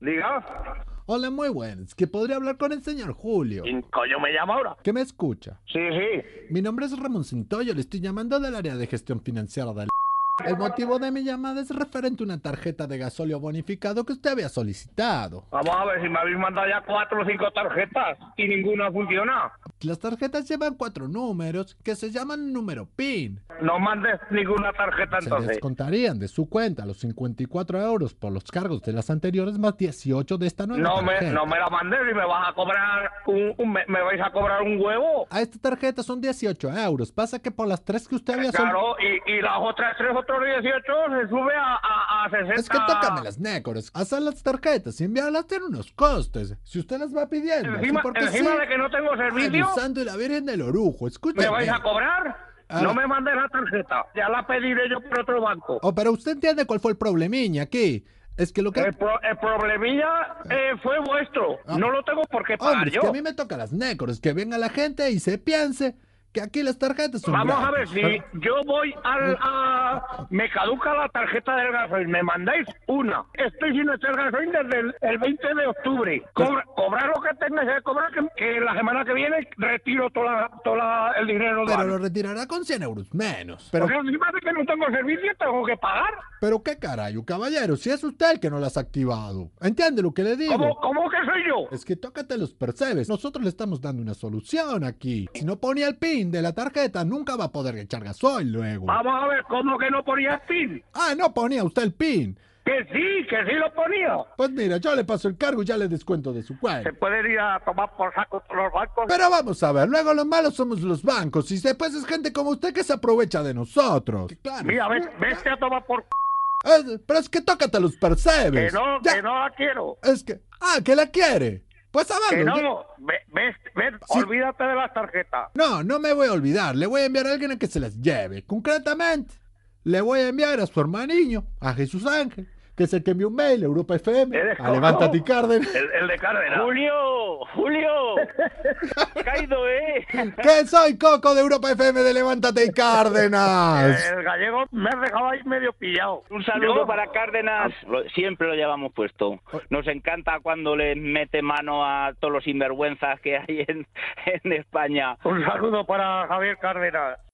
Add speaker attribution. Speaker 1: Diga.
Speaker 2: Hola, muy buenas. Que podría hablar con el señor Julio.
Speaker 1: ¿Quién coño me llama ahora?
Speaker 2: Que me escucha.
Speaker 1: Sí, sí.
Speaker 2: Mi nombre es Ramón Cintoyo. Le estoy llamando del área de gestión financiera del. El motivo de mi llamada es referente a una tarjeta de gasolio bonificado que usted había solicitado.
Speaker 1: Vamos a ver si me habéis mandado ya cuatro o cinco tarjetas y ninguna funciona.
Speaker 2: Las tarjetas llevan cuatro números que se llaman número PIN.
Speaker 1: No mandes ninguna tarjeta
Speaker 2: Se
Speaker 1: entonces.
Speaker 2: descontarían de su cuenta los 54 euros por los cargos de las anteriores más 18 de esta nueva
Speaker 1: No me,
Speaker 2: tarjeta.
Speaker 1: no me la mandes y me vas a cobrar un, un- me, me vais a cobrar un huevo.
Speaker 2: A esta tarjeta son 18 euros. Pasa que por las tres que usted había solicitado...
Speaker 1: Claro, y, y las otras tres, otros 18 se sube a, a, a 60.
Speaker 2: Es que tócame las nécoras. Hacer las tarjetas y enviarlas tiene unos costes. Si usted las va pidiendo, así
Speaker 1: Encima,
Speaker 2: porque
Speaker 1: encima
Speaker 2: sí.
Speaker 1: de que no tengo
Speaker 2: Ay,
Speaker 1: servicio,
Speaker 2: usando la Virgen del Orujo,
Speaker 1: me
Speaker 2: escúchame.
Speaker 1: vais a cobrar.
Speaker 2: Ah.
Speaker 1: No me mandes la tarjeta. Ya la pediré yo por otro banco.
Speaker 2: Oh, pero usted entiende cuál fue el problemiña aquí. Es que lo que...
Speaker 1: El, pro- el problemilla eh, fue vuestro.
Speaker 2: Ah.
Speaker 1: No lo tengo por qué pagar
Speaker 2: Hombre, es
Speaker 1: yo.
Speaker 2: que a mí me toca las nécoras. Que venga la gente y se piense que aquí las tarjetas son
Speaker 1: Vamos a ver,
Speaker 2: gratis.
Speaker 1: si yo voy al, a... Me caduca la tarjeta del gasoil, me mandáis una. Estoy sin echar gasoil desde el, el 20 de octubre. Cobra, cobrar lo que tengas que cobrar, que, que la semana que viene retiro todo el dinero.
Speaker 2: Pero
Speaker 1: del
Speaker 2: lo retirará con 100 euros menos. Pero,
Speaker 1: Porque encima de que no tengo servicio, tengo que pagar.
Speaker 2: pero qué carajo, caballero, si es usted el que no las ha activado. ¿Entiende lo que le digo?
Speaker 1: ¿Cómo, ¿Cómo que soy yo?
Speaker 2: Es que tócate los percebes. Nosotros le estamos dando una solución aquí. Si no ponía el pin de la tarjeta, nunca va a poder echar gasoil luego.
Speaker 1: Vamos a ver, ¿cómo que no ponía el PIN?
Speaker 2: Ah, no ponía usted el pin.
Speaker 1: Que sí, que sí lo ponía.
Speaker 2: Pues mira, yo le paso el cargo y ya le descuento de su cuenta.
Speaker 1: Se pueden ir a tomar por saco todos los bancos.
Speaker 2: Pero vamos a ver, luego los malos somos los bancos y después es gente como usted que se aprovecha de nosotros. Claro.
Speaker 1: Mira, ve- vete a tomar por... c-
Speaker 2: Es- pero es que tócate los
Speaker 1: Que
Speaker 2: percebes.
Speaker 1: no,
Speaker 2: Ya,
Speaker 1: que no la quiero.
Speaker 2: Es que... Ah, que la quiere. Pues
Speaker 1: Que
Speaker 2: hágalo. ya-
Speaker 1: no, ve- ve- ve-
Speaker 2: Sí.
Speaker 1: olvídate de las tarjetas.
Speaker 2: No, no me voy a olvidar. Le voy a enviar a alguien a que se las lleve. Concretamente, le voy a enviar a su hermaniño, a Jesús Ángel, que es el que envió un mail a Europa FM.
Speaker 1: Eres
Speaker 2: A Levántate y
Speaker 1: cojo.
Speaker 2: Cárdenas.
Speaker 1: El, el de Cárdenas.
Speaker 3: Julio, Julio, caído, ¿eh?
Speaker 2: Que soy Coco de Europa FM de Levántate y Cárdenas.
Speaker 1: El gallego me has dejado ahí medio pillado.
Speaker 3: Un saludo
Speaker 1: Yo-
Speaker 3: para Cárdenas. Ah, Lo- siempre lo llevamos puesto. Nos encanta cuando le mete mano a todos los sinvergüenzas que hay en, en España.
Speaker 1: Un saludo para Javier Cárdenas.